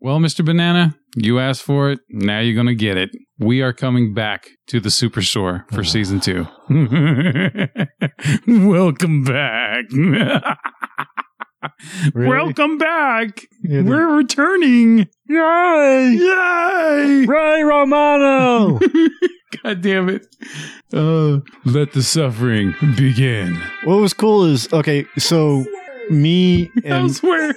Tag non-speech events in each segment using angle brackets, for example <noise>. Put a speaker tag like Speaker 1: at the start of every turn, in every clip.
Speaker 1: Well, Mr. Banana, you asked for it. Now you're going to get it. We are coming back to the Superstore for season two. <laughs> Welcome <laughs> back.
Speaker 2: Really?
Speaker 1: Welcome back.
Speaker 2: Yeah, the-
Speaker 1: We're returning.
Speaker 2: Yay!
Speaker 1: Yay.
Speaker 2: Ray Romano!
Speaker 1: <laughs> God damn it. Uh, let the suffering begin.
Speaker 2: <laughs> what was cool is okay, so <laughs> me and
Speaker 1: Elsewhere.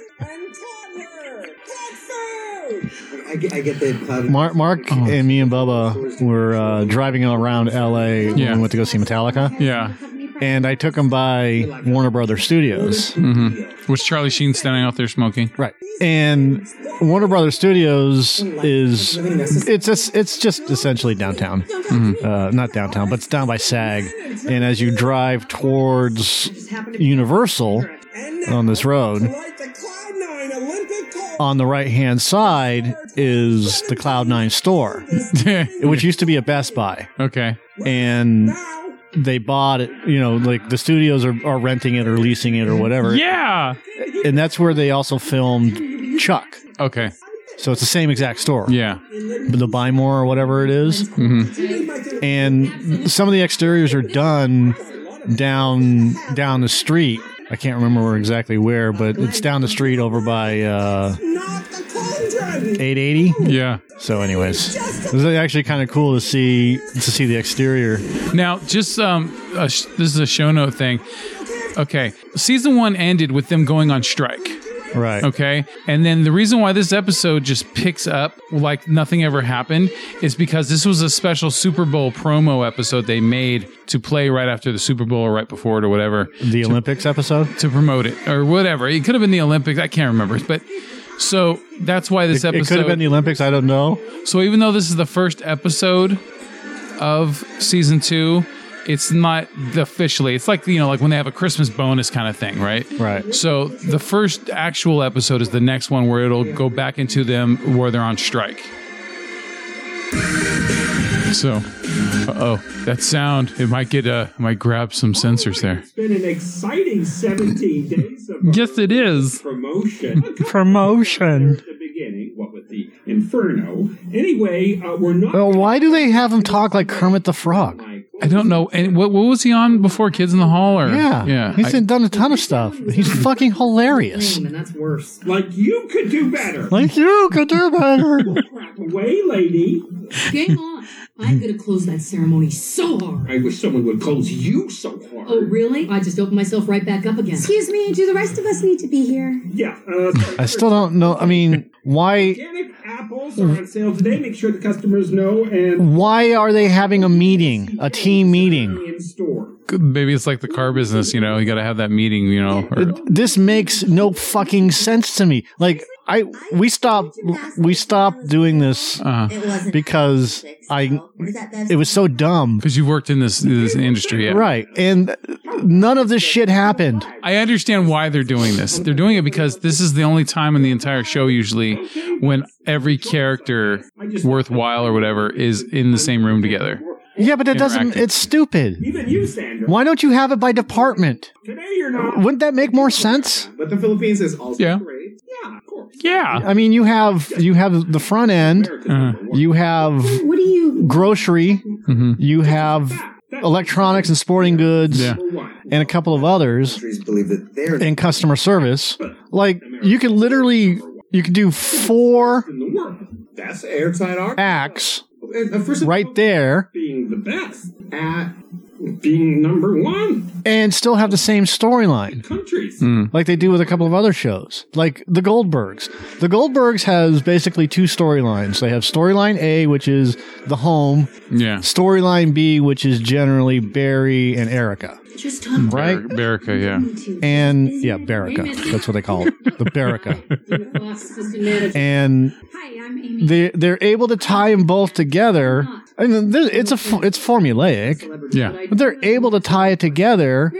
Speaker 3: I get, I get the cloud.
Speaker 2: Mark, Mark
Speaker 1: Oh.
Speaker 2: and me and Bubba were uh, driving around LA when
Speaker 1: Yeah.
Speaker 2: we went to go see Metallica,
Speaker 1: Yeah.
Speaker 2: and I took them by Warner Brothers Studios.
Speaker 1: Mm-hmm. Was Charlie Sheen standing out there smoking?
Speaker 2: Right. And Warner Brothers Studios is it's just, it's just essentially downtown. Uh, not downtown, but it's down by SAG. And as you drive towards <laughs> Universal on this road, <laughs> on the right hand side is the Cloud Nine store, which used to be a Best Buy,
Speaker 1: okay.
Speaker 2: and they bought it. You know, like the studios are, are renting it or leasing it or whatever,
Speaker 1: Yeah.
Speaker 2: and that's where they also filmed Chuck.
Speaker 1: Okay.
Speaker 2: So it's the same exact store,
Speaker 1: Yeah.
Speaker 2: the Buy More or whatever it is.
Speaker 1: Mm-hmm.
Speaker 2: and some of the exteriors are done down down the street. I can't remember where exactly where, but it's down the street over by uh, 880.
Speaker 1: Yeah.
Speaker 2: So, anyways, it was actually kind of cool to see to see the exterior.
Speaker 1: Now, just um, a sh- this is a show note thing. Okay, season one ended with them going on strike.
Speaker 2: Right.
Speaker 1: Okay, and then the reason why this episode just picks up like nothing ever happened is because this was a special Super Bowl promo episode they made to play right after the Super Bowl or right before it or whatever
Speaker 2: The Olympics episode.
Speaker 1: to promote it or whatever. It could have been the Olympics. I can't remember, but. So that's why this episode
Speaker 2: It could have been the Olympics. I don't know.
Speaker 1: so even though this is the first episode of season two, it's not officially. It's like you know, like when they have a Christmas bonus kind of thing, right?
Speaker 2: Right.
Speaker 1: So the first actual episode is the next one where it'll go back into them where they're on strike. So, uh oh, that sound it might get uh might grab some sensors there.
Speaker 4: It's been an exciting 17 days of
Speaker 1: Yes, it is.
Speaker 4: promotion.
Speaker 2: Promotion.
Speaker 4: At the beginning, what with the inferno. Anyway, uh, we're not.
Speaker 2: Well, why do they have him talk like Kermit the Frog?
Speaker 1: I don't know. And what what was he on before Kids in the Hall? Or
Speaker 2: Yeah.
Speaker 1: yeah.
Speaker 2: He's
Speaker 1: I-
Speaker 2: done a ton of stuff.
Speaker 1: <laughs>
Speaker 2: He's fucking hilarious.
Speaker 5: and that's worse.
Speaker 4: Like you could do better.
Speaker 2: Like you could do better.
Speaker 4: Crap away, lady.
Speaker 6: <laughs>
Speaker 5: Game on. I'm gonna close that ceremony so hard.
Speaker 4: I wish someone would close you so hard.
Speaker 5: Oh, really? I just opened myself right back up again.
Speaker 6: Excuse me, do the rest of us need to be here?
Speaker 4: Yeah. Uh,
Speaker 2: I still don't know. I mean, why?
Speaker 4: organic apples are on sale today. Make sure the customers know and
Speaker 2: Why are they having a meeting, a team meeting?
Speaker 4: in store.
Speaker 1: maybe it's like the car business, you know, you got to have that meeting, you know. Or,
Speaker 2: This makes no fucking sense to me. Like I, we stopped, we stopped doing this
Speaker 1: uh
Speaker 6: It wasn't
Speaker 2: because I, it was so dumb,
Speaker 1: because you've worked in this this industry, yeah.
Speaker 2: right? And none of this shit happened.
Speaker 1: I understand why they're doing this. They're doing it because this is the only time in the entire show usually when every character worthwhile or whatever is in the same room together.
Speaker 2: Yeah, but that doesn't.
Speaker 1: Interactive.
Speaker 2: It's stupid.
Speaker 4: Even you, Sandra.
Speaker 2: Why don't you have it by department?
Speaker 4: Today you're not.
Speaker 2: Wouldn't that make more sense?
Speaker 3: But the Philippines is also
Speaker 1: Yeah.
Speaker 3: great.
Speaker 4: Yeah, of course.
Speaker 1: Yeah.
Speaker 2: I mean, you have you have the front end,
Speaker 1: Uh,
Speaker 2: you have
Speaker 6: What do you.
Speaker 2: grocery,
Speaker 1: mhm.
Speaker 2: you have electronics and sporting goods.
Speaker 1: Yeah.
Speaker 4: One.
Speaker 2: and a couple of others
Speaker 3: Countries believe that they're
Speaker 2: in customer service. Like you can literally you can do four
Speaker 4: In the world.
Speaker 3: that's an airtight argument.
Speaker 2: acts
Speaker 3: And, uh, first of
Speaker 2: right
Speaker 3: all,
Speaker 2: there
Speaker 4: Being the best
Speaker 3: at
Speaker 4: being number one
Speaker 2: and still have the same storyline
Speaker 4: countries.
Speaker 2: like they do with a couple of other shows like the goldbergs the goldbergs has basically two storylines they have storyline a which is the home
Speaker 1: Yeah.
Speaker 2: storyline b which is generally barry and erica
Speaker 5: Just talk.
Speaker 2: right
Speaker 1: Ber- Berica, yeah.
Speaker 2: and yeah berica that's what they call it
Speaker 5: <laughs>
Speaker 2: the berica and
Speaker 6: Hi, I'm Amy.
Speaker 2: they they're able to tie them both together. I mean, there- it's a f- it's formulaic,
Speaker 1: Yeah.
Speaker 2: but they're able to tie it together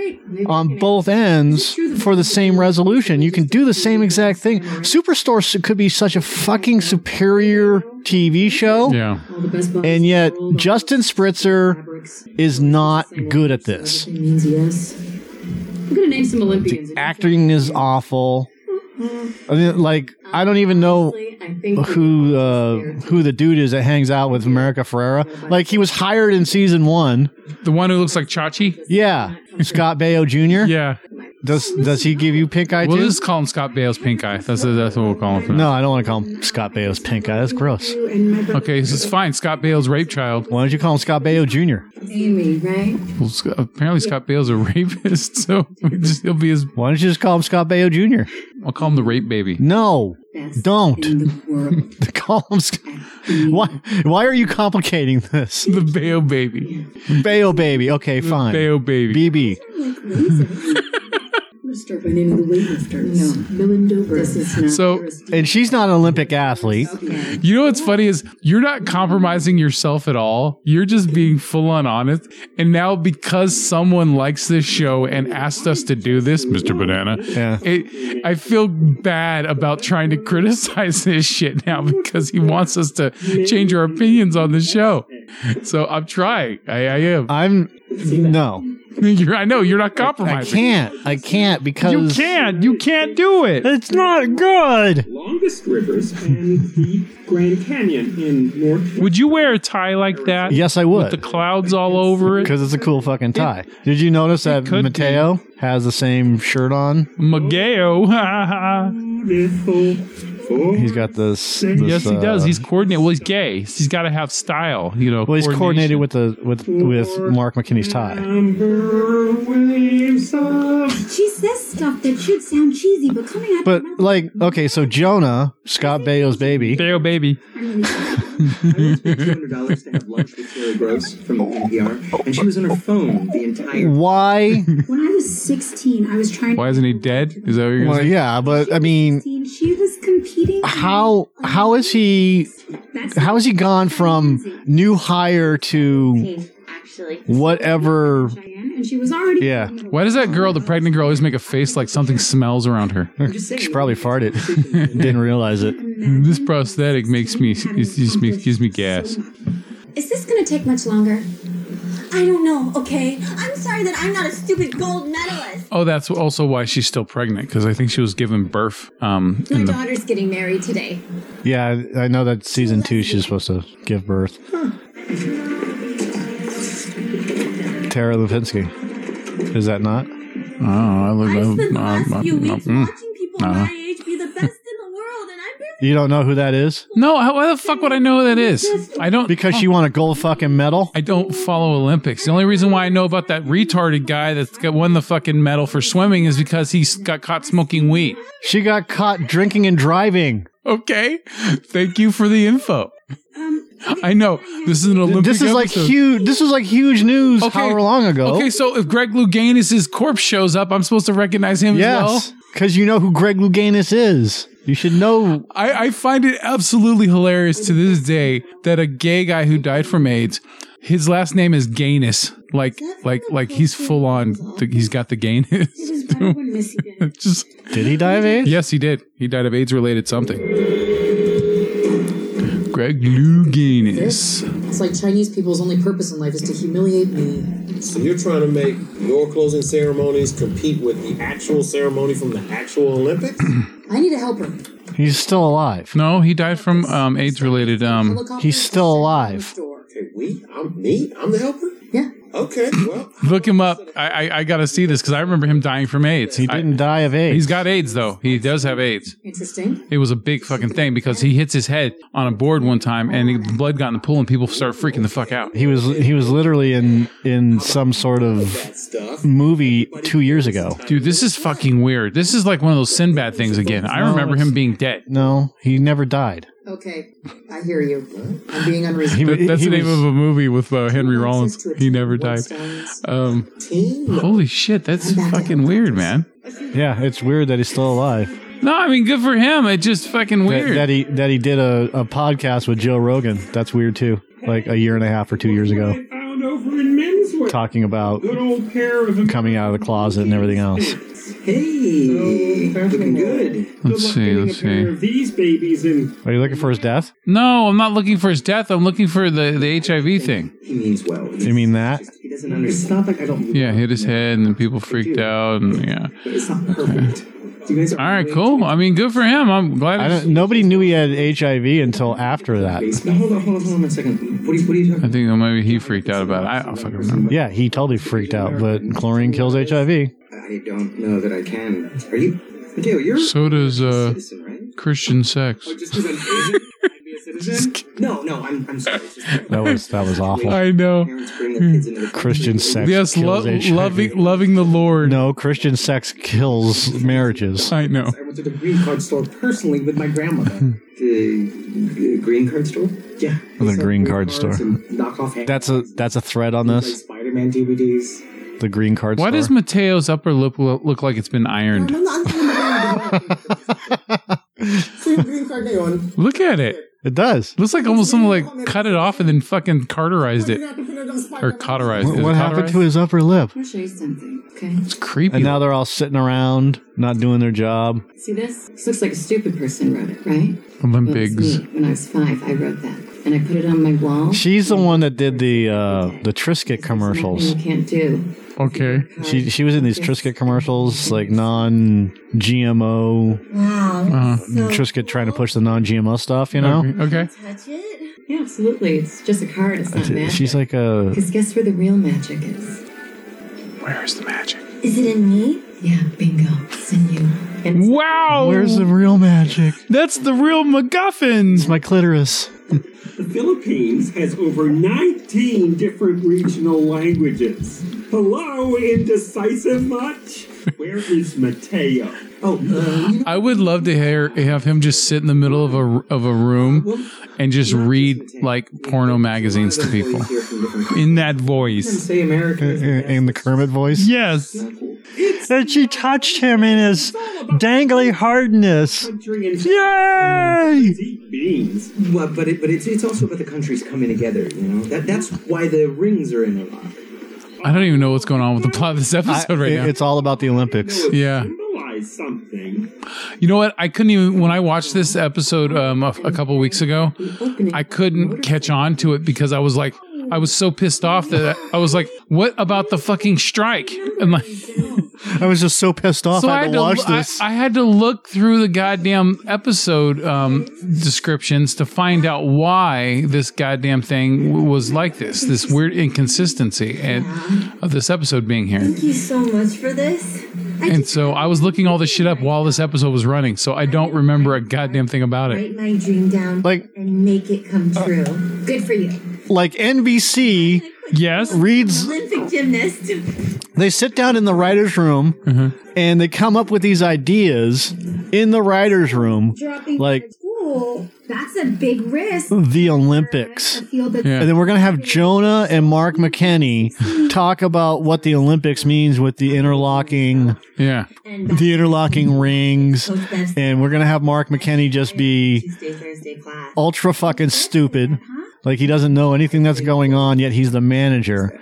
Speaker 2: on both ends for the same resolution. You can do the same exact thing. Superstore s- could be such a fucking superior TV show,
Speaker 1: Yeah.
Speaker 5: All the best buys
Speaker 2: and yet
Speaker 5: in the world, all
Speaker 2: Justin
Speaker 5: the
Speaker 2: Spritzer
Speaker 5: fabrics.
Speaker 2: is not
Speaker 5: Same
Speaker 2: good
Speaker 5: ones,
Speaker 2: at this.
Speaker 5: so everything means yes. I'm gonna name some Olympians.
Speaker 2: Acting is awful. I mean, like I don't even know
Speaker 5: Honestly, I think
Speaker 2: who uh, who the dude is that hangs out with America Ferrera. Like he was hired in season one.
Speaker 1: The one who looks like Chachi?
Speaker 2: Yeah, Scott Baio Jr.
Speaker 1: Yeah.
Speaker 2: Does does he give you pink eye
Speaker 1: We'll
Speaker 2: too?
Speaker 1: just call him Scott Bale's pink eye. That's, that's what we'll call him. For now.
Speaker 2: No, I don't want to call him Scott Baio's pink eye. That's gross.
Speaker 5: you and my brother
Speaker 1: Okay, this is fine. Scott Bale's rape child.
Speaker 2: Why don't you call him Scott Baio Jr.?
Speaker 5: Amy, right?
Speaker 1: Well, Sc- apparently, Scott Bale's a <laughs> rapist, so <laughs> just- he'll be his.
Speaker 2: Why don't you just call him Scott Baio Jr.?
Speaker 1: I'll call him the rape baby.
Speaker 2: No, <laughs>
Speaker 5: Best
Speaker 2: Don't.
Speaker 5: in the world.
Speaker 2: call him. Sc- Why? Why are you complicating this?
Speaker 1: <laughs> The Bale baby.
Speaker 2: Baio baby. Okay, fine.
Speaker 1: Bale baby.
Speaker 2: BB.
Speaker 5: I'm <laughs> gonna start by naming the weightlifters. No, Millen Dover. This is not
Speaker 1: So-
Speaker 2: And she's not an Olympic athlete.
Speaker 5: okay.
Speaker 1: You know what's funny is you're not compromising yourself at all. You're just being full on honest. And now because someone likes this show and asked us to do this, Mr. Banana,
Speaker 2: Yeah.
Speaker 1: it, I feel bad about trying to criticize this shit now because he wants us to change our opinions on the show. So I'm trying. I, I am.
Speaker 2: I'm no.
Speaker 1: <laughs> You're, I know you're not
Speaker 2: Uh, I
Speaker 1: compromising.
Speaker 2: can't. I can't because
Speaker 1: You can't. You can't do it.
Speaker 2: It's not good.
Speaker 4: Longest rivers and the Grand Canyon in North.
Speaker 1: Would you wear a tie like that?
Speaker 2: Yes, I
Speaker 1: The
Speaker 2: would.
Speaker 1: clouds all over it.
Speaker 2: Because it's a cool fucking tie. Did you notice that
Speaker 1: could be.
Speaker 2: Mateo has the same shirt on?
Speaker 1: Mageo. <laughs> Ha, ha, ha.
Speaker 4: Beautiful. for-
Speaker 2: He's got this. this,
Speaker 1: Yes, he
Speaker 2: uh,
Speaker 1: does. He's coordinated. Well, he's gay. He's got to have style. You know.
Speaker 2: well, he's coordinated
Speaker 1: coordination.
Speaker 2: with the with with Mark McKinney's tie.
Speaker 4: Amber Williamson.
Speaker 6: She says stuff that should sound cheesy, but coming out. of
Speaker 2: But
Speaker 6: her mouth-
Speaker 2: like, okay, so Jonah, Scott Baio's baby,
Speaker 1: Theo baby.
Speaker 3: $200 to have lunch with Terry Gross from NPR, and she was on her phone the entire
Speaker 2: why?
Speaker 6: when I was 16, I was trying.
Speaker 1: Why isn't he dead? Is that what you're
Speaker 2: Well,
Speaker 1: going to
Speaker 2: yeah, but I mean,
Speaker 6: 16, she was competing.
Speaker 2: how how is he?
Speaker 6: That's
Speaker 2: How is he gone from new hire to
Speaker 6: Actually,
Speaker 2: whatever?
Speaker 6: Cheyenne, and she was already.
Speaker 2: Yeah.
Speaker 1: Why does that girl, the pregnant girl, always make a face like something smells around her?
Speaker 2: She probably farted. <laughs> Didn't realize it.
Speaker 1: This prosthetic makes me. It just makes, gives me gas.
Speaker 6: Is this gonna take much longer?
Speaker 7: I don't know, okay? I'm sorry that I'm not a stupid gold medalist.
Speaker 1: Oh, that's also why she's still pregnant because I think she was given birth. Um,
Speaker 7: My
Speaker 1: in the,
Speaker 7: daughter's getting married today.
Speaker 2: Yeah, I- I know that season two she's supposed to give birth. Tara Lipinski. Is that not?
Speaker 1: oh, I look.
Speaker 7: I spent the
Speaker 1: uh,
Speaker 7: last
Speaker 1: uh,
Speaker 7: few
Speaker 1: uh,
Speaker 7: weeks
Speaker 1: mm.
Speaker 7: watching people my age be the best in the world, and I'm barely
Speaker 2: You don't know who that is?
Speaker 1: No, how, why the fuck would I know who that is? I don't.
Speaker 2: Because she won a gold fucking medal?
Speaker 1: I don't follow Olympics. The only reason why I know about that retarded guy that's got won the fucking medal for swimming is because he s- got caught smoking weed.
Speaker 2: She got caught drinking and driving.
Speaker 1: Okay, thank you for the info. I know this is an Olympic.
Speaker 2: This is like
Speaker 1: episode.
Speaker 2: huge this is like huge news
Speaker 1: Okay.
Speaker 2: however long ago.
Speaker 1: Okay, so if Greg Louganis' corpse shows up, I'm supposed to recognize him as well.
Speaker 2: yes. Because you know who Greg Louganis is. You should know
Speaker 1: I, I find it absolutely hilarious to this day that a gay guy who died from AIDS, his last name is Gayness. Like, like, like he's full on. The, he's got the gayness. <laughs>
Speaker 6: It was better when Missy did. it.
Speaker 1: Just
Speaker 2: Did he die of AIDS?
Speaker 1: yes, he did. He died of AIDS related something. Greg Lou Gayness.
Speaker 5: It's like Chinese people's only purpose in life is to humiliate me.
Speaker 8: So you're trying to make your closing ceremonies compete with the actual ceremony from the actual
Speaker 3: <clears throat>
Speaker 8: Olympics?
Speaker 5: I need a helper.
Speaker 2: He's still alive.
Speaker 1: No, he died from um, AIDS related. Um,
Speaker 5: Helicopter
Speaker 2: He's still alive.
Speaker 5: store.
Speaker 8: Okay, we? I'm me? I'm the helper?
Speaker 5: Yeah.
Speaker 8: Okay, well,
Speaker 1: look him up. I, I, I got to see this because I remember him dying from AIDS.
Speaker 2: He didn't die of AIDS.
Speaker 1: He's got AIDS though. He does have AIDS.
Speaker 5: Interesting.
Speaker 1: It was a big fucking thing because he hits his head on a board one time and the blood got in the pool and people start freaking the fuck out.
Speaker 2: He was he was literally in in some sort of
Speaker 8: that stuff.
Speaker 2: movie two years ago.
Speaker 1: Dude, this is fucking weird. This is like one of those Sinbad things again. I remember him being dead.
Speaker 2: No, he never died.
Speaker 5: Okay, I hear you. I'm being unreasonable.
Speaker 1: That- that's
Speaker 2: he
Speaker 1: the name
Speaker 2: was-
Speaker 1: of a movie with uh, Henry
Speaker 5: Access
Speaker 1: Rollins.
Speaker 5: to a
Speaker 1: He
Speaker 5: team
Speaker 1: never
Speaker 5: of
Speaker 1: died.
Speaker 5: Flintstones.
Speaker 2: Uh,
Speaker 1: Um,
Speaker 2: oh.
Speaker 8: Team
Speaker 1: holy shit, that's fucking weird, man.
Speaker 2: Yeah, it's weird that he's still alive.
Speaker 1: No, I mean, good for him. It's just fucking
Speaker 2: That,
Speaker 1: weird.
Speaker 2: that he that he did a, a podcast with Joe Rogan. That's weird too. Like a year and a half or two years ago,
Speaker 4: I found over in menswear.
Speaker 2: talking about
Speaker 4: Good old pair of
Speaker 2: coming out of the closet and everything else.
Speaker 3: Hey, looking good.
Speaker 1: Let's see, let's see.
Speaker 4: pair of these babies in
Speaker 2: Are you looking for his death?
Speaker 1: No, I'm not looking for his death. I'm looking for the, the HIV thing.
Speaker 3: He means well. He's-
Speaker 2: You mean that?
Speaker 3: He doesn't understand. It's not like I don't.
Speaker 1: Yeah, hit his head and then people freaked out and yeah.
Speaker 3: It's not perfect. You guys are
Speaker 1: All right, cool. I mean, good for him. I'm glad.
Speaker 2: I
Speaker 1: I,
Speaker 2: don't, nobody knew he had HIV until after that.
Speaker 3: Now, hold on, hold on, hold on a second. What are you, what are you talking
Speaker 1: think that maybe he freaked out about it. I, I don't fucking remember.
Speaker 2: Yeah, he totally freaked out, but chlorine kills HIV.
Speaker 3: I don't know that I can. Are you? Mateo, you're
Speaker 1: So does
Speaker 3: a
Speaker 1: uh,
Speaker 3: citizen, right?
Speaker 1: Christian sex.
Speaker 3: Just
Speaker 8: <laughs>
Speaker 3: because I'm Asian, I'd be a citizen? No, no, I'm, I'm sorry. It's just that
Speaker 2: That was that was awful.
Speaker 1: I know.
Speaker 3: parents bring their kids into the
Speaker 2: Christian sex
Speaker 1: Yes, lo-
Speaker 2: kills HIV.
Speaker 1: loving loving the Lord.
Speaker 2: No, Christian sex kills marriages.
Speaker 1: I know.
Speaker 3: I went to the green card store personally with my
Speaker 8: Hmm.
Speaker 3: grandmother. the, the green card store? Yeah.
Speaker 2: The
Speaker 3: They sell
Speaker 2: green card
Speaker 3: cards
Speaker 2: store.
Speaker 3: and Knockoff hand-
Speaker 2: That's a that's a thread on
Speaker 3: like
Speaker 2: this.
Speaker 3: Spider-Man DVDs.
Speaker 2: The green card.
Speaker 1: Why
Speaker 2: store.
Speaker 1: does Mateo's upper lip lo- look like it's been ironed?
Speaker 3: I'm not
Speaker 8: <laughs> Free green card ngayon.
Speaker 1: Look at it.
Speaker 2: it does?
Speaker 1: Looks like almost someone like cut it off and then fucking carterized it or cauterized
Speaker 2: What,
Speaker 1: it.
Speaker 2: what happened to his upper lip?
Speaker 5: I'll show you something. Okay.
Speaker 1: It's creepy.
Speaker 2: And now they're all sitting around, not doing their job.
Speaker 5: See this? This looks like a stupid person wrote it, right? Well, it's
Speaker 1: Olympics.
Speaker 5: me. When I was five, I wrote that, and I put it on my wall.
Speaker 2: She's the one that did the uh, the Trisket commercials.
Speaker 5: You can't do.
Speaker 1: Okay.
Speaker 2: She she was in these Trisket commercials, like non GMO
Speaker 7: Wow.
Speaker 2: Uh-huh.
Speaker 1: Uh,
Speaker 2: Trisket trying to push the non GMO stuff. You know,
Speaker 1: okay.
Speaker 7: Touch it.
Speaker 5: Yeah, absolutely. It's just a card. It's not magic.
Speaker 2: she's like a
Speaker 5: Because guess where the real magic is?
Speaker 1: Where is the magic?
Speaker 7: Is it in me?
Speaker 5: Yeah, bingo. It's in you. And
Speaker 2: Mm.
Speaker 5: it's
Speaker 1: Wow.
Speaker 2: where's the real magic?
Speaker 1: That's the real MacGuffin.
Speaker 2: It's my clitoris.
Speaker 4: The Philippines has over 19 different regional languages. Hello, indecisive much? Where is Mateo? <laughs>
Speaker 3: Oh, uh, you know,
Speaker 1: I would love to hear have him just sit in the middle of a of a room and just read like porno magazines to people
Speaker 3: Here from different
Speaker 1: in that voice.
Speaker 3: Say America. is the
Speaker 2: In the Kermit voice.
Speaker 1: Yes.
Speaker 2: And she touched him in his dangly hardness.
Speaker 4: Country and
Speaker 2: Yay!
Speaker 4: deep beans.
Speaker 3: Well, but it, but it's it's also about the countries coming together. You know that that's why the rings are in Iraq.
Speaker 1: I don't even know what's going on with the plot of this
Speaker 2: I-
Speaker 1: episode right
Speaker 2: it-
Speaker 1: now.
Speaker 2: it's all about the Olympics.
Speaker 1: Yeah.
Speaker 4: Symbolize something.
Speaker 1: You know what? I couldn't even when I watched this episode um, a, a couple weeks ago. I couldn't catch on to it because I was like, I was so pissed off that I was like, "What about the fucking strike?" And like,
Speaker 2: I was just so pissed off
Speaker 1: so
Speaker 2: I
Speaker 1: I
Speaker 2: had
Speaker 1: had,
Speaker 2: to watch
Speaker 1: to, I,
Speaker 2: this.
Speaker 1: I had to look through the goddamn episode um, descriptions to find out why this goddamn thing w- was like this. This weird inconsistency and of this episode being here.
Speaker 7: Thank you so much for this. I
Speaker 1: And
Speaker 7: just
Speaker 1: so I was looking all this shit up while this episode was running. So I don't remember a goddamn thing about it.
Speaker 7: write my dream down
Speaker 2: Like-
Speaker 7: and make it come
Speaker 1: Uh.
Speaker 7: true. Good for you.
Speaker 2: like NBC
Speaker 1: Yes.
Speaker 2: reads
Speaker 7: Olympic gymnast.
Speaker 2: they sit down in the writers room and they come up with these ideas in the writers room
Speaker 7: Dropping
Speaker 2: Like-
Speaker 7: out of school. That's a big risk.
Speaker 2: the
Speaker 7: I
Speaker 2: olympics
Speaker 7: feel that
Speaker 1: Yeah.
Speaker 2: and then we're going to have jonah and mark mckenny talk about what the olympics means with the interlocking
Speaker 1: Yeah.
Speaker 7: and back
Speaker 2: the interlocking rings
Speaker 7: Coach Best
Speaker 2: and we're going to have mark mckenny just be
Speaker 7: Tuesday, Thursday class.
Speaker 1: Oh.
Speaker 2: ultra fucking stupid like he doesn't know anything that's going on yet he's the manager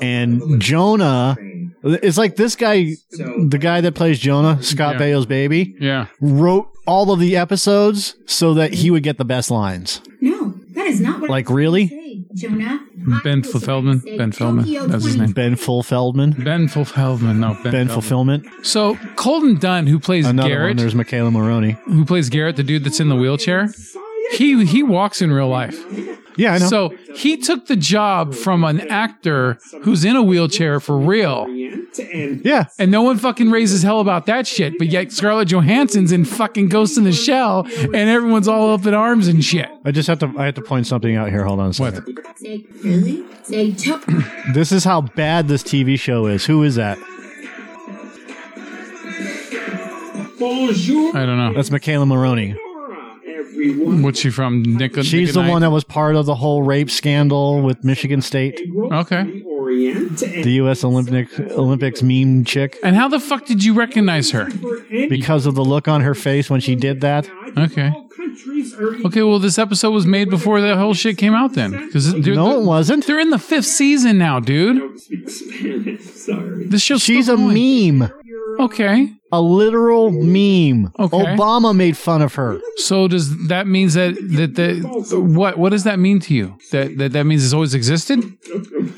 Speaker 2: and jonah it's like this guy the guy that plays jonah scott
Speaker 1: Yeah.
Speaker 2: baio's baby
Speaker 1: Yeah.
Speaker 2: wrote all of the episodes so that he would get the best lines.
Speaker 7: No, that is not what
Speaker 2: Like,
Speaker 7: I was
Speaker 2: really?
Speaker 7: saying, Jonah.
Speaker 1: Ben Feldman. Ben Feldman. That's his name.
Speaker 2: Ben Fulfeldman.
Speaker 1: Ben Feldman. No, Ben,
Speaker 2: Ben
Speaker 1: Feldman.
Speaker 2: Fulfillment.
Speaker 1: So Colton Dunn, who plays
Speaker 2: Another one.
Speaker 1: Garrett,
Speaker 2: There's Michaela Maroney.
Speaker 1: who plays Garrett, the dude that's in the wheelchair, he he walks in real life.
Speaker 2: Yeah, I know.
Speaker 1: So he took the job from an actor who's in a wheelchair for real.
Speaker 4: Orient and
Speaker 2: yeah.
Speaker 1: And no one fucking raises hell about that shit. But yet Scarlett Johansson's in fucking Ghost in the Shell and everyone's all up in arms and shit.
Speaker 2: I just have to I have to point something out here. Hold on a second.
Speaker 7: Say, really?
Speaker 1: <clears throat>
Speaker 7: Say, chop.
Speaker 2: This is how bad this TV show is. Who is that?
Speaker 4: bonjour,
Speaker 1: I don't know.
Speaker 2: That's Michaela Maroney.
Speaker 4: Nora, everyone.
Speaker 1: What's she from? Nick-
Speaker 2: She's the
Speaker 1: Nickonite?
Speaker 2: one that was part of the whole rape scandal with Michigan State,
Speaker 1: Okay.
Speaker 4: Orient and
Speaker 2: the US Olympic Olympics meme chick
Speaker 1: And how the fuck did you recognize her?
Speaker 4: for any
Speaker 2: because of the look on her face when she did that.
Speaker 1: Okay.
Speaker 4: all countries are
Speaker 1: Okay, well, this episode was made before the whole shit came out then. Because
Speaker 2: No, it wasn't.
Speaker 1: They're in the fifth season now, dude.
Speaker 4: don't speak Spanish. Sorry.
Speaker 1: This show's
Speaker 2: She's
Speaker 1: still
Speaker 2: a
Speaker 1: going.
Speaker 2: meme.
Speaker 1: Okay,
Speaker 2: a literal meme.
Speaker 1: Okay.
Speaker 2: Obama made fun of her.
Speaker 1: so does that means that that the what what does that mean to you? That that that means it's always existed.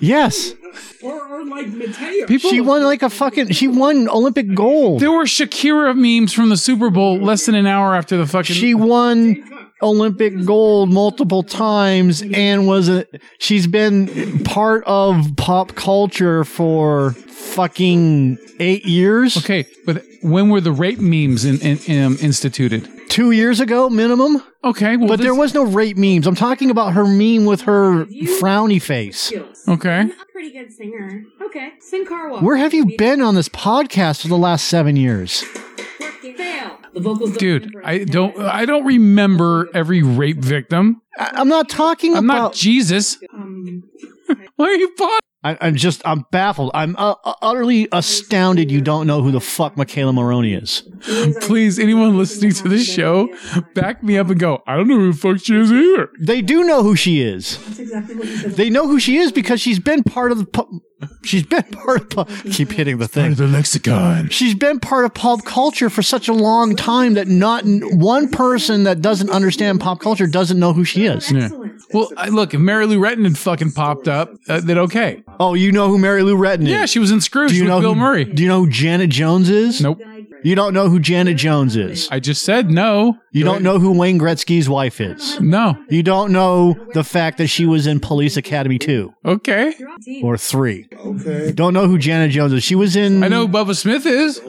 Speaker 2: Yes.
Speaker 4: Or our like Mateo.
Speaker 1: People,
Speaker 2: She won like a fucking. She won Olympic gold.
Speaker 1: there were Shakira memes from the Super Bowl less than an hour after the fucking.
Speaker 2: She won Olympic gold multiple times and was a. She's been part of pop culture for fucking eight years.
Speaker 1: okay, but when were the rape memes in, in, um, instituted?
Speaker 2: Two years ago, minimum.
Speaker 1: Okay, well,
Speaker 2: But there
Speaker 1: this-
Speaker 2: was no rape memes. I'm talking about her meme with her frowny face.
Speaker 1: Okay,
Speaker 7: I'm a pretty good singer. Okay. Sing car walk.
Speaker 2: Where have you been on this podcast for the last seven years?
Speaker 7: Fail.
Speaker 5: The vocals don't
Speaker 1: dude,
Speaker 5: remember.
Speaker 1: I don't, I don't remember every rape victim.
Speaker 2: I- I'm not talking
Speaker 1: I'm
Speaker 2: about.
Speaker 1: not Jesus. <laughs> Why are you bought?
Speaker 2: I, I'm just, I'm baffled. I'm uh, uh, utterly astounded you don't know who the fuck Michaela Maroney is.
Speaker 1: Please, anyone listening to this show, back me up and go. I don't know who the fuck she is either.
Speaker 2: They do know who she is.
Speaker 5: That's exactly what you said.
Speaker 2: They know who she is because she's been part of the. Pu- she's been part of. Pu- keep hitting the thing.
Speaker 1: The lexicon.
Speaker 2: She's been part of pop culture for such a long time that not n- one person that doesn't understand pop culture doesn't know who she is.
Speaker 5: Excellent.
Speaker 1: Well, I, look, if Mary Lou Retton had fucking popped up, uh, then okay.
Speaker 2: Oh, you know who Mary Lou Retton is?
Speaker 1: Yeah, she was in Scrooge
Speaker 2: do you
Speaker 1: with
Speaker 2: know
Speaker 1: Bill
Speaker 2: who,
Speaker 1: Murray.
Speaker 2: Do you know who Janet Jones is?
Speaker 1: nope.
Speaker 2: You don't know who Janet Jones is.
Speaker 1: I just said no.
Speaker 2: You don't know who Wayne Gretzky's wife is.
Speaker 1: No.
Speaker 2: You don't know the fact that she was in Police Academy 2
Speaker 1: Okay.
Speaker 2: or 3.
Speaker 8: Okay.
Speaker 2: Don't know who Janet Jones is. She was in
Speaker 1: I know who Bubba Smith is.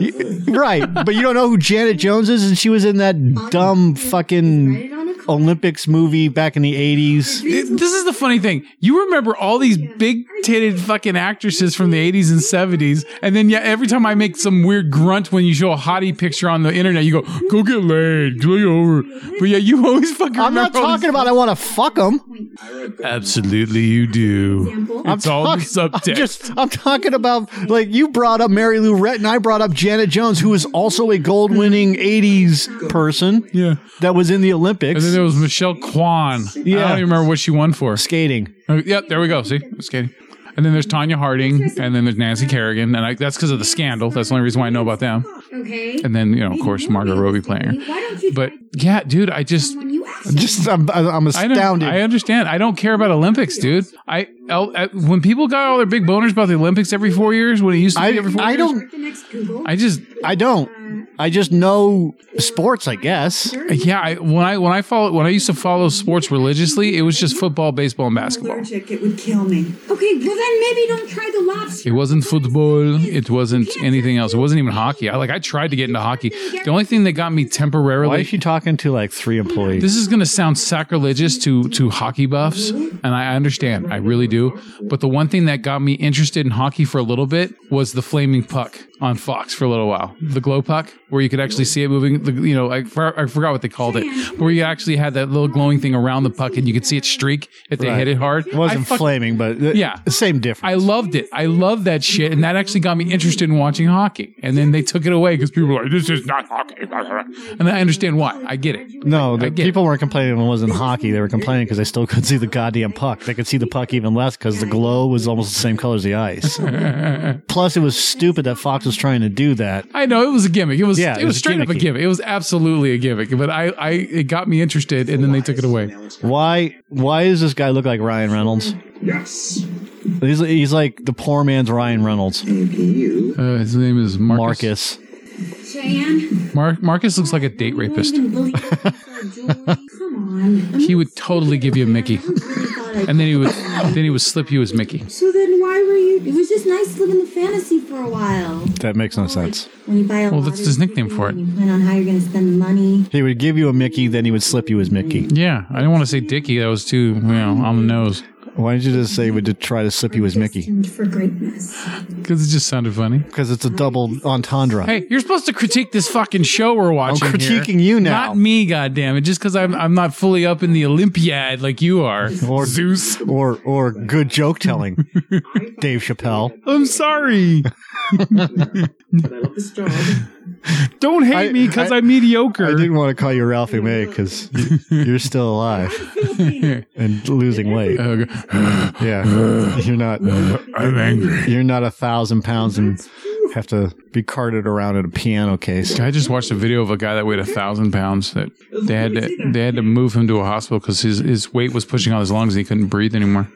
Speaker 2: <laughs> Right, but you don't know who Janet Jones is and she was in that dumb fucking
Speaker 1: Oh.
Speaker 2: Olympics movie back in the 80s.
Speaker 1: It- This is the funny thing. You remember all these big titted fucking actresses from the 80s and 70s, and then yeah, every time I make some weird grunt when you show a hottie picture on the internet, you go, "Go get laid, do it over." But yeah, you always fucking.
Speaker 2: I'm not
Speaker 1: remember all
Speaker 2: talking
Speaker 1: these-
Speaker 2: about I want to fuck them.
Speaker 1: Absolutely, you do.
Speaker 2: I'm
Speaker 1: It's all the
Speaker 2: talking-
Speaker 1: subtext.
Speaker 2: I'm just I'm talking about like you brought up Mary Lou Retton, I brought up Janet Jones who was also a gold-winning 80s person
Speaker 1: yeah.
Speaker 2: that was in the
Speaker 1: And
Speaker 2: Olympics
Speaker 1: then there was Michelle Kwan. I
Speaker 2: Yeah.
Speaker 1: don't even remember what she won for.
Speaker 2: skating.
Speaker 1: Oh, Yep, there we go. See, it's Katie. And then there's Tanya Harding, and then there's Nancy Kerrigan, and I, that's because of the scandal. That's the only reason why I know about them.
Speaker 7: Okay.
Speaker 1: And then you know, of course, Margot Robbie playing her.
Speaker 7: Why don't you
Speaker 1: But yeah, dude, I just
Speaker 7: when you ask?
Speaker 2: Just I'm, I'm
Speaker 1: I don't.
Speaker 2: astounded.
Speaker 1: I understand. I don't care about Olympics, dude. I, I'll- I when people got all their big boners about the Olympics every four years, when it used to be
Speaker 2: I,
Speaker 1: every four
Speaker 2: I
Speaker 1: years,
Speaker 2: don't
Speaker 7: The next Google.
Speaker 1: I just
Speaker 2: I don't. I just know sports, I guess.
Speaker 1: yeah. I, when I when I follow when I used to follow sports religiously, it was just football, baseball, and basketball.
Speaker 5: Allergic, it would kill me.
Speaker 7: Okay, well then maybe don't try the lobster.
Speaker 1: It wasn't football. It wasn't anything else. It wasn't even hockey. I like I tried to get into hockey. The only thing that got me
Speaker 2: Why
Speaker 1: temporarily
Speaker 2: is she talking to like three employees?
Speaker 1: this is going to sound sacrilegious to to hockey buffs, and I understand, I really do. But the one thing that got me interested in hockey for a little bit was the flaming puck on Fox for a little while, the glow puck, where you could actually see it moving. The, you know, I, for- I forgot what they called it, but where you actually had that little glowing thing around the puck, and you could see it streak if they
Speaker 2: Right.
Speaker 1: hit it hard.
Speaker 2: It wasn't
Speaker 1: I fuck-
Speaker 2: flaming, but the-
Speaker 1: Yeah.
Speaker 2: the same difference.
Speaker 1: I loved it. I loved that shit, and that actually got me interested in watching hockey. And then they took it away because people were like, "This is not hockey," <laughs> and I understand why. I get it.
Speaker 2: no,
Speaker 1: I
Speaker 2: the
Speaker 1: get it.
Speaker 2: people weren't complaining when it wasn't hockey. They
Speaker 1: <laughs>
Speaker 2: were complaining because they still couldn't see the goddamn puck. They could see the puck even less because the glow was almost the same color as
Speaker 1: <laughs>
Speaker 2: the ice. Plus, it was stupid that Fox was trying to do that.
Speaker 1: I know it was a gimmick. It was
Speaker 2: Yeah,
Speaker 1: it,
Speaker 2: it
Speaker 1: was,
Speaker 2: was
Speaker 1: straight up a
Speaker 2: gimmicky.
Speaker 1: gimmick. It was absolutely a gimmick. But I, I it got me interested, and then they took it away.
Speaker 2: Why? Why does this guy look like Ryan Reynolds?
Speaker 4: Yes.
Speaker 2: He's, he's like the poor man's Ryan Reynolds.
Speaker 3: And you
Speaker 1: Uh, his name is Marcus.
Speaker 2: Marcus.
Speaker 7: Cheyenne.
Speaker 1: Mar- Marcus looks like a date rapist.
Speaker 7: Even believe
Speaker 1: <laughs>
Speaker 7: in jewelry. Come on.
Speaker 1: He would totally give you a Mickey, and then he would then he would slip you his Mickey.
Speaker 7: So then why were you? It was just nice living the fantasy for a while.
Speaker 2: That makes no sense.
Speaker 7: When you buy a
Speaker 1: Well, that's
Speaker 7: lottery
Speaker 1: his nickname for it.
Speaker 7: and You plan on how you're going to spend the money.
Speaker 2: He would give you a Mickey, then he would slip you his Mickey.
Speaker 1: Yeah, I didn't want to say Dickie. That was too you know on the nose
Speaker 2: Why didn't you just say he would try to slip you his Mickey?
Speaker 7: Destined for greatness.
Speaker 1: because it just sounded funny.
Speaker 2: Because it's a double entendre.
Speaker 1: Hey, you're supposed to critique this fucking show we're watching.
Speaker 2: I'm
Speaker 1: here.
Speaker 2: critiquing you now.
Speaker 1: not me. Goddamn it! Just because I'm I'm not fully up in the Olympiad like you are,
Speaker 2: Or-
Speaker 1: Zeus.
Speaker 2: Or or good joke telling.
Speaker 1: <laughs>
Speaker 2: Dave Chappelle.
Speaker 1: I'm sorry.
Speaker 3: but I love this job.
Speaker 1: Don't hate
Speaker 2: I-
Speaker 1: me because
Speaker 2: I-
Speaker 1: I'm mediocre.
Speaker 2: I didn't want to call you Ralphie May because you're still alive and
Speaker 1: <laughs>
Speaker 2: losing weight.
Speaker 1: Okay.
Speaker 2: Yeah, you're not.
Speaker 1: I'm angry.
Speaker 2: You're not a thousand pounds and have to be carted around in a piano case.
Speaker 1: I just watched a video of a guy that weighed a thousand pounds that they had to they had to move him to a hospital because his his weight was pushing on his lungs and he couldn't breathe anymore.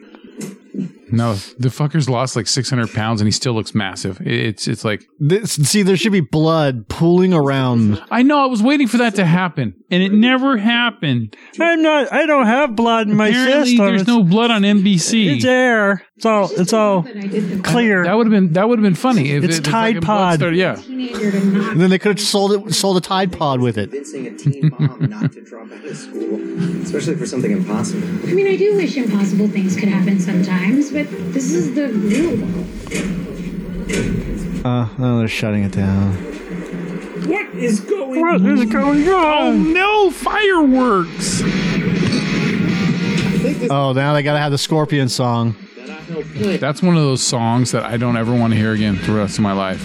Speaker 1: No, the fucker's lost like 600 pounds and he still looks massive. It- It's it's like
Speaker 2: This, see, there should be blood pooling around.
Speaker 1: I know I was waiting for that to happen and it never happened.
Speaker 9: I'm not. I don't have blood in my
Speaker 1: Apparently,
Speaker 9: system.
Speaker 1: there's
Speaker 9: it's,
Speaker 1: no blood on
Speaker 9: it's
Speaker 1: NBC.
Speaker 9: air. It's all. It's all
Speaker 5: But I did the
Speaker 9: clear.
Speaker 1: That would have been that would have been funny. If
Speaker 9: It's
Speaker 1: it-
Speaker 9: Tide
Speaker 1: if fucking blood
Speaker 9: Pod.
Speaker 1: started- yeah.
Speaker 5: teenager to not
Speaker 2: And then they could have sold it, sold a Tide Pod with it.
Speaker 3: Convincing a teen mom not to drop out of school, especially for something impossible.
Speaker 7: I mean, I do wish impossible things could happen sometimes, but this is the real world.
Speaker 2: Uh, oh, they're shutting it down.
Speaker 4: What is going
Speaker 9: What is going on?
Speaker 1: Oh, No fireworks.
Speaker 2: Oh, now they gotta have the Scorpion song.
Speaker 1: That's one of those songs that I don't ever want to hear again for the rest of my life.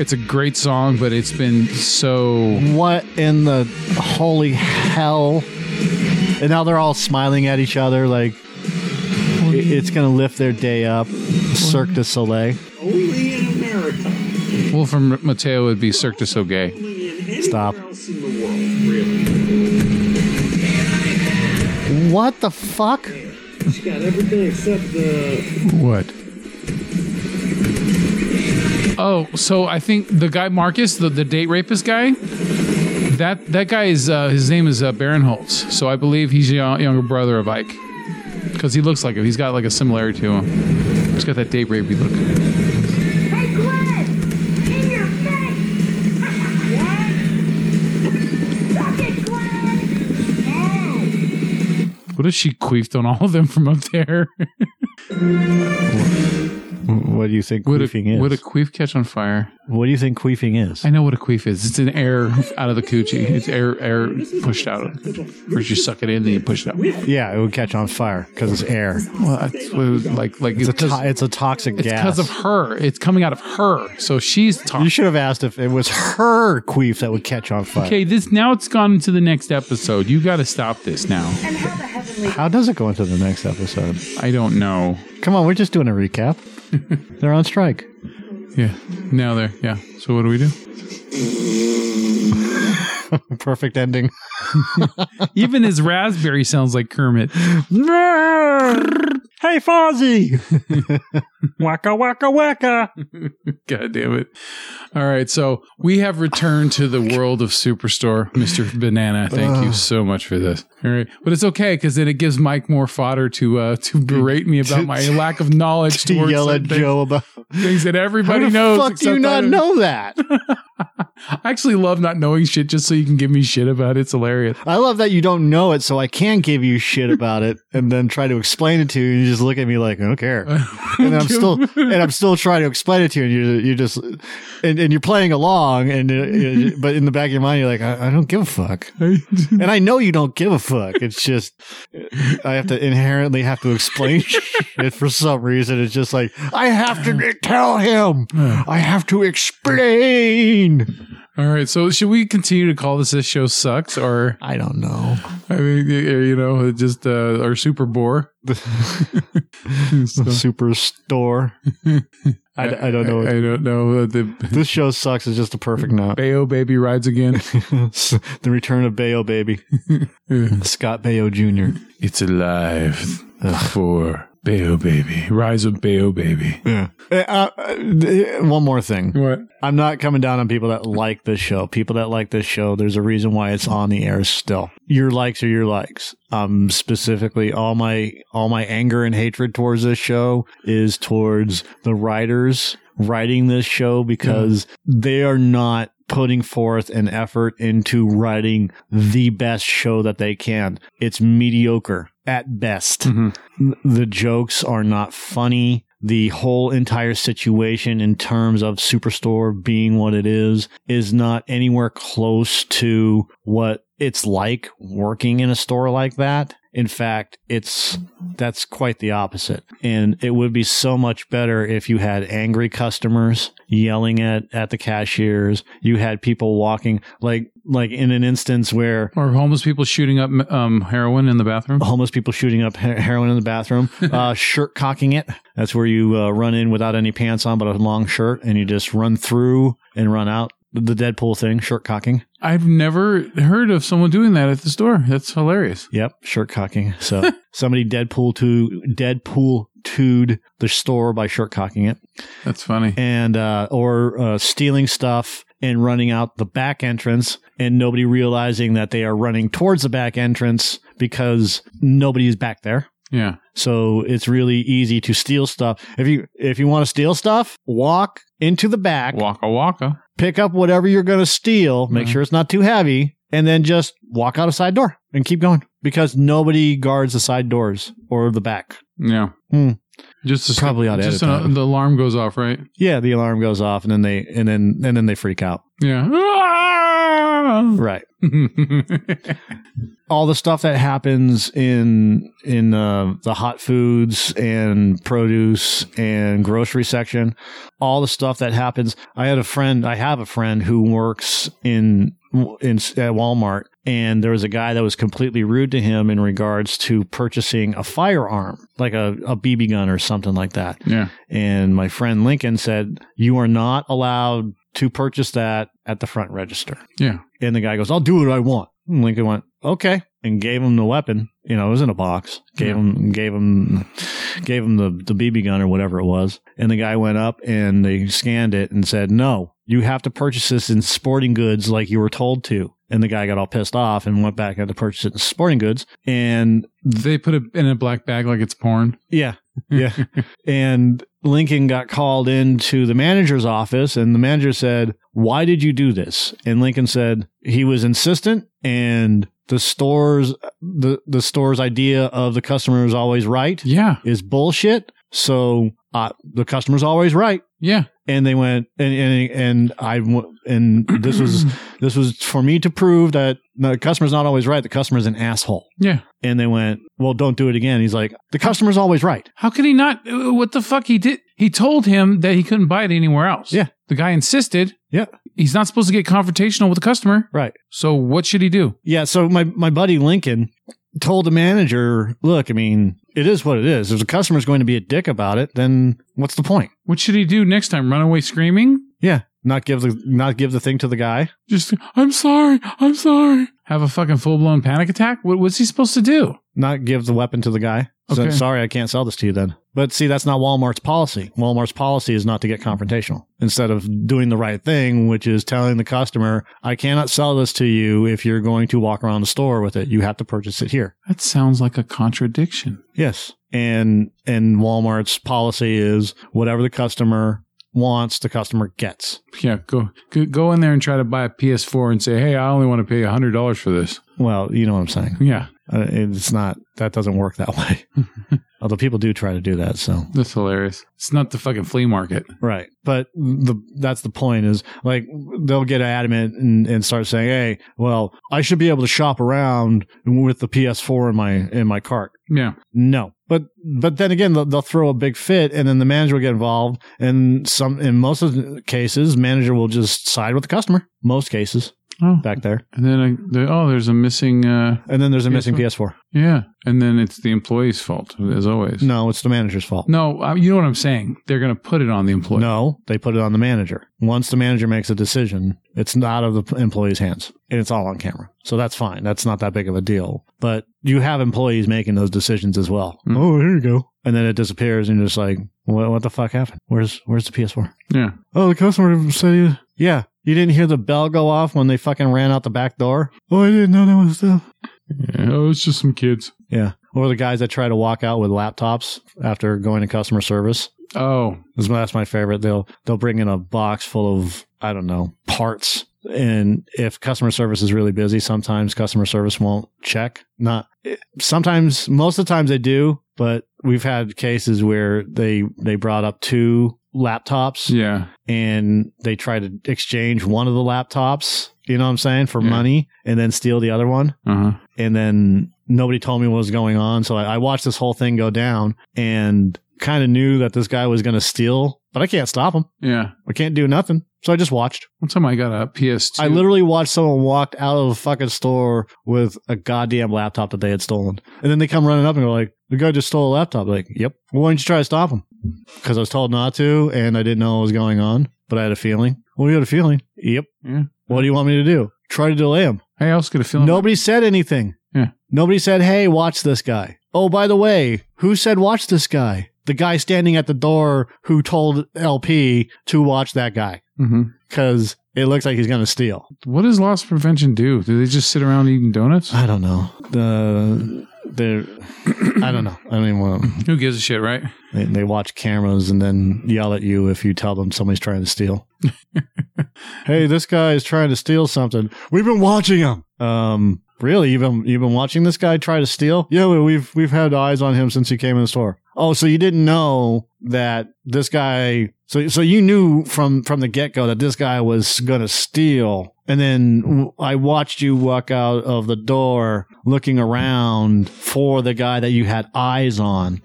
Speaker 1: It's a great song, but it's been so
Speaker 2: What in the holy hell? And now they're all smiling at each other like i- it's gonna lift their day up. Cirque du Soleil.
Speaker 4: Only in America.
Speaker 1: Wolf and Mateo would be Cirque du Soleil.
Speaker 4: Only in anywhere
Speaker 2: Stop.
Speaker 4: else in the world, really.
Speaker 2: What the fuck?
Speaker 3: She got everything except the.
Speaker 1: What? Oh, so I think the guy Marcus, the, the date rapist guy, that that guy is uh, his name is uh, Baron Holtz. So I believe he's the yo- younger brother of Ike because he looks like him. He's got like a similarity to him. He's got that date rapey look.
Speaker 7: Hey, Glenn! In your face! what? Suck it, Glenn!
Speaker 1: What if she queefed on all of them from up there? <laughs>
Speaker 2: What do you think
Speaker 1: would
Speaker 2: queefing
Speaker 1: a,
Speaker 2: is?
Speaker 1: Would a queef catch on fire?
Speaker 2: what do you think queefing is?
Speaker 1: I know what a queef is. It's an air out of the coochie. It's air air pushed out. First you suck it in, then you push it out.
Speaker 2: Yeah, it would catch on fire because it's air.
Speaker 1: Well, that's what it was like like
Speaker 2: It's a,
Speaker 1: because-
Speaker 2: to- it's a toxic
Speaker 1: It's
Speaker 2: gas.
Speaker 1: because of her. It's coming out of her. So she's
Speaker 2: you
Speaker 1: talking.
Speaker 2: should have asked if it was her queef that would catch on fire.
Speaker 1: Okay, this now it's gone into the next episode. You got to stop this now.
Speaker 7: And how the heavenly
Speaker 2: How does it go into the next episode?
Speaker 1: I don't know.
Speaker 2: Come on, we're just doing
Speaker 1: <laughs>
Speaker 2: a recap. They're on strike.
Speaker 1: Yeah, now there. Yeah. So what do
Speaker 2: <laughs>
Speaker 1: we do?
Speaker 2: Perfect ending.
Speaker 1: Even his raspberry sounds like
Speaker 2: <laughs>
Speaker 1: Kermit.
Speaker 9: Hey, Fozzie! waka waka waka!
Speaker 1: <laughs> God damn it! All right, so we have returned to the
Speaker 2: <laughs>
Speaker 1: world of Superstore, Mister Banana. Thank you so much for this. All right, but it's okay because then it gives Mike more fodder to uh, to berate me about my lack of knowledge
Speaker 2: To
Speaker 1: towards
Speaker 2: yell at
Speaker 1: certain things-
Speaker 2: Joe about
Speaker 1: things that
Speaker 2: how
Speaker 1: everybody
Speaker 2: the
Speaker 1: knows.
Speaker 2: fuck do you
Speaker 1: except I
Speaker 2: not
Speaker 1: don't-
Speaker 2: know that?
Speaker 1: I actually love not knowing shit just so you can give me shit about it. It's hilarious.
Speaker 2: I love that you don't know it, so I can give you shit about <laughs> it, and then try to explain it to you, and you just look at me like <laughs> I don't care, and I'm still and <laughs> I'm still trying to explain it to you, and you you just and, and you're playing along, and uh, you- but in the back of your mind you're like I, I don't give a fuck, and <laughs> I know you don't give a fuck. It's just I have to inherently have to explain <laughs> it for some reason. It's just like I have to tell him, I have to explain.
Speaker 1: All right, so should we continue to call this this show sucks or
Speaker 2: I don't know.
Speaker 1: I mean y- you know it just uh or super bore?
Speaker 2: <laughs> Superstore. I, I don't know.
Speaker 1: I, I don't know Uh, the
Speaker 2: this show sucks. It's just a perfect note.
Speaker 1: Bayo baby rides <laughs> again.
Speaker 2: <laughs> the return of Bayo <laughs> Baby. Scott Bayo Jr.
Speaker 1: it's alive for Bayo baby. Rise of Bayo baby.
Speaker 2: Yeah. Uh, uh, th- one more thing.
Speaker 1: What?
Speaker 2: I'm not coming down on people that like this show. People that like this show, there's a reason why it's on the air still. Your likes are your likes. Um, specifically, all my all my anger and hatred towards this show is towards the writers writing this show because they are not putting forth an effort into writing the best show that they can. It's mediocre at best the jokes are not funny. The whole entire situation in terms of Superstore being what it is is not anywhere close to what it's like working in a store like that. In fact, it's that's quite the opposite. And it would be so much better if you had angry customers yelling at, at the cashiers. You had people walking like like in an instance where
Speaker 1: Or homeless people shooting up um heroin in the bathroom?
Speaker 2: homeless people shooting up he- heroin in the bathroom, uh, shirt cocking it. That's where you uh, run in without any pants on, but a long shirt, and you just run through and run out. The Deadpool thing, shirt cocking.
Speaker 1: I've never heard of someone doing that at the store. That's hilarious.
Speaker 2: Yep, shirt cocking. So somebody Deadpool to Deadpool tattooed the store by shirt cocking it
Speaker 1: That's funny.
Speaker 2: and uh, or uh, stealing stuff and running out the back entrance and nobody realizing that they are running towards the back entrance because nobody is back there.
Speaker 1: Yeah.
Speaker 2: So it's really easy to steal stuff. If you if you want to steal stuff, walk into the back,
Speaker 1: Waka waka.
Speaker 2: pick up whatever you're going to steal, make
Speaker 1: Mhm.
Speaker 2: sure it's not too heavy, and then just walk out a side door and keep going because nobody guards the side doors or the back.
Speaker 1: Yeah.
Speaker 2: Hmm.
Speaker 1: Just a,
Speaker 2: Probably ought to
Speaker 1: just
Speaker 2: edit
Speaker 1: an-
Speaker 2: that.
Speaker 1: the alarm goes off, right?
Speaker 2: Yeah, the alarm goes off and then they and then and then they freak out.
Speaker 1: Yeah. Ah!
Speaker 2: Right. all the stuff that happens in in uh, the hot foods and produce and grocery section, all the stuff that happens. I had a friend. I have a friend who works in in at Walmart, and there was a guy that was completely rude to him in regards to purchasing a firearm, like a, a BB gun or something like that.
Speaker 1: yeah.
Speaker 2: And my friend Lincoln said, "You are not allowed to purchase that at the front register."
Speaker 1: Yeah.
Speaker 2: And the guy goes, I'll do what I want. And Lincoln went, okay. And gave him the weapon. You know, it was in a box. Gave
Speaker 1: Yeah.
Speaker 2: him, gave him, gave him the, the BB gun or whatever it was. And the guy went up and they scanned it and said, no, you have to purchase this in sporting goods like you were told to. And the guy got all pissed off and went back and had to purchase it in sporting goods. And
Speaker 1: They put it in a black bag like it's porn.
Speaker 2: yeah, yeah. and Lincoln got called into the manager's office, and the manager said, Why did you do this? And Lincoln said, He was insistent, and the store's the, the store's idea of the customer is always right
Speaker 1: yeah.
Speaker 2: is bullshit. So uh, the customer's always right.
Speaker 1: Yeah.
Speaker 2: And they went, and and and I w- and this was this was for me to prove that the customer's not always right. The customer's an asshole.
Speaker 1: Yeah.
Speaker 2: And they went, well, don't do it again. He's like, the customer's always right.
Speaker 1: How could he not? uh, What the fuck he did? He told him that he couldn't buy it anywhere else.
Speaker 2: Yeah.
Speaker 1: The guy insisted.
Speaker 2: Yeah.
Speaker 1: He's not supposed to get confrontational with the customer.
Speaker 2: Right.
Speaker 1: So what should he do?
Speaker 2: Yeah, so my, my buddy Lincoln told the manager, look, I mean, it is what it is. If the customer's going to be a dick about it, then what's the point?
Speaker 1: What should he do next time? Run away screaming?
Speaker 2: Yeah. Not give the not give the thing to the guy.
Speaker 1: Just I'm sorry. I'm sorry. Have a fucking full blown panic attack? What was he supposed to do?
Speaker 2: Not give the weapon to the guy. So,
Speaker 1: Okay.
Speaker 2: sorry, I can't sell this to you then. But see, that's not Walmart's policy. Walmart's policy is not to get confrontational. Instead of doing the right thing, which is telling the customer, I cannot sell this to you if you're going to walk around the store with it. You have to purchase it here.
Speaker 1: That sounds like a contradiction.
Speaker 2: Yes. And and Walmart's policy is whatever the customer wants, the customer gets.
Speaker 1: Yeah, go go- go in there and try to buy a PS4 and say, "Hey, I only want to pay hundred dollars for this."
Speaker 2: Well, you know what I'm saying.
Speaker 1: Yeah,
Speaker 2: Uh, It's not that doesn't work that <laughs> way. Although people do try to do that, so
Speaker 1: that's hilarious. It's not the fucking flea market.
Speaker 2: right. But the that's the point is like they'll get adamant and, and start saying, "Hey, well, I should be able to shop around with the PS4 in my in my cart."
Speaker 1: Yeah,
Speaker 2: No, but but then again, they'll, they'll throw a big fit, and then the manager will get involved. And some, in most of the cases, manager will just side with the customer. Most cases
Speaker 1: Oh.
Speaker 2: back there,
Speaker 1: and then I, there, oh, there's a missing. Uh,
Speaker 2: and then there's a missing PS4.
Speaker 1: yeah, and then it's the employee's fault as always.
Speaker 2: No, it's the manager's fault.
Speaker 1: no, I, you know what I'm saying. They're gonna put it on the employee.
Speaker 2: No, they put it on the manager. Once the manager makes a decision, it's not of the employee's hands, and it's all on camera. So that's fine. That's not that big of a deal. But you have employees making those decisions as well.
Speaker 1: Mm.
Speaker 2: Oh, here you go, and then it disappears, and you're just like, what, what the fuck happened? Where's where's the PS4?
Speaker 1: Yeah,
Speaker 2: Oh, the customer said, yeah. You didn't hear the bell go off when they fucking ran out the back door? Oh, I didn't know that was them.
Speaker 1: yeah. Oh, it's just some kids.
Speaker 2: Yeah. Or the guys that try to walk out with laptops after going to customer service.
Speaker 1: Oh,
Speaker 2: That's my- that's my favorite. They'll they'll bring in a box full of I don't know parts, and if customer service is really busy, sometimes customer service won't check. Not it- sometimes, most of the times they do, but we've had cases where they they brought up two laptops
Speaker 1: yeah.
Speaker 2: and they try to exchange one of the laptops, you know what I'm saying, for
Speaker 1: Yeah.
Speaker 2: money and then steal the other one.
Speaker 1: Uh huh.
Speaker 2: And then nobody told me what was going on. So I, I watched this whole thing go down and kind of knew that this guy was going to steal, but I can't stop him.
Speaker 1: Yeah.
Speaker 2: I can't do nothing. So I just watched.
Speaker 1: One time I got a PS2.
Speaker 2: I literally watched someone walk out of a fucking store with a goddamn laptop that they had stolen. And then they come running up and go like, the guy just stole a laptop. Like, yep. Well, why didn't you try to stop him? Because I was told not to and I didn't know what was going on, but I had a feeling. Well, you had a feeling. Yep.
Speaker 1: Yeah.
Speaker 2: What do you want me to do? Try to delay him.
Speaker 1: Hey, I also got a feeling.
Speaker 2: Nobody said anything.
Speaker 1: Yeah.
Speaker 2: Nobody said, hey, watch this guy. Oh, by the way, who said watch this guy? the guy standing at the door who told LP to watch that guy
Speaker 1: Mm-hmm.
Speaker 2: because it looks like he's going to steal.
Speaker 1: What does loss prevention do? Do they just sit around eating donuts?
Speaker 2: I don't know. The they're <coughs> I don't know. I don't even want to.
Speaker 1: Who gives a shit, right?
Speaker 2: They, they watch cameras and then yell at you if you tell them somebody's trying to steal. <laughs> hey, this guy is trying to steal something. We've been watching him. Um, really? You've been you've been watching this guy try to steal? Yeah, we- we've we've had eyes on him since he came in the store. Oh, so you didn't know that this guy? So so you knew from from the get go that this guy was gonna steal. And then w- I watched you walk out of the door looking around for the guy that you had eyes on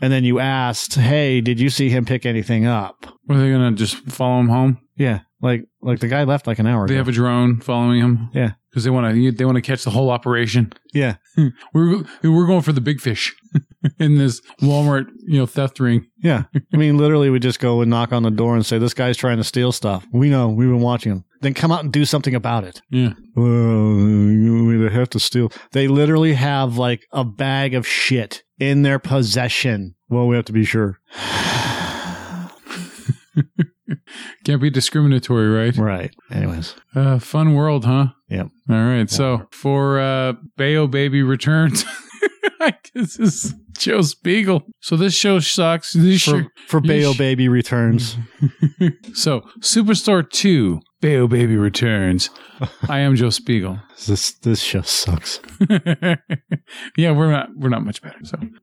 Speaker 2: and then you asked, "Hey, did you see him pick anything up?"
Speaker 1: Were they gonna just follow him home?
Speaker 2: Yeah, like like the guy left like an hour
Speaker 1: They
Speaker 2: ago.
Speaker 1: have a drone following him.
Speaker 2: Yeah.
Speaker 1: because they want to. They want to catch the whole operation.
Speaker 2: yeah,
Speaker 1: <laughs> We're we're going for the big fish <laughs> in this Walmart, you know, theft ring.
Speaker 2: yeah. I mean, literally, we just go and knock on the door and say, "This guy's trying to steal stuff." We know we've been watching him. Then come out and do something about it.
Speaker 1: Yeah,
Speaker 2: Well, you- they have to steal. They literally have like a bag of shit in their possession. Well, we have to be sure.
Speaker 1: can't be discriminatory, right?
Speaker 2: Right. Anyways,
Speaker 1: Uh, fun world, huh?
Speaker 2: Yep.
Speaker 1: All right. So for uh, Bayo Baby <laughs> returns, this is Joe Spiegel. So this show sucks. This
Speaker 2: for
Speaker 1: show-
Speaker 2: for
Speaker 1: you
Speaker 2: Bayo
Speaker 1: sh-
Speaker 2: Baby returns.
Speaker 1: so Superstore Two, Bayo Baby
Speaker 2: <laughs>
Speaker 1: returns. I am Joe Spiegel. <laughs>
Speaker 2: This this show sucks.
Speaker 1: yeah, we're not we're not much better. So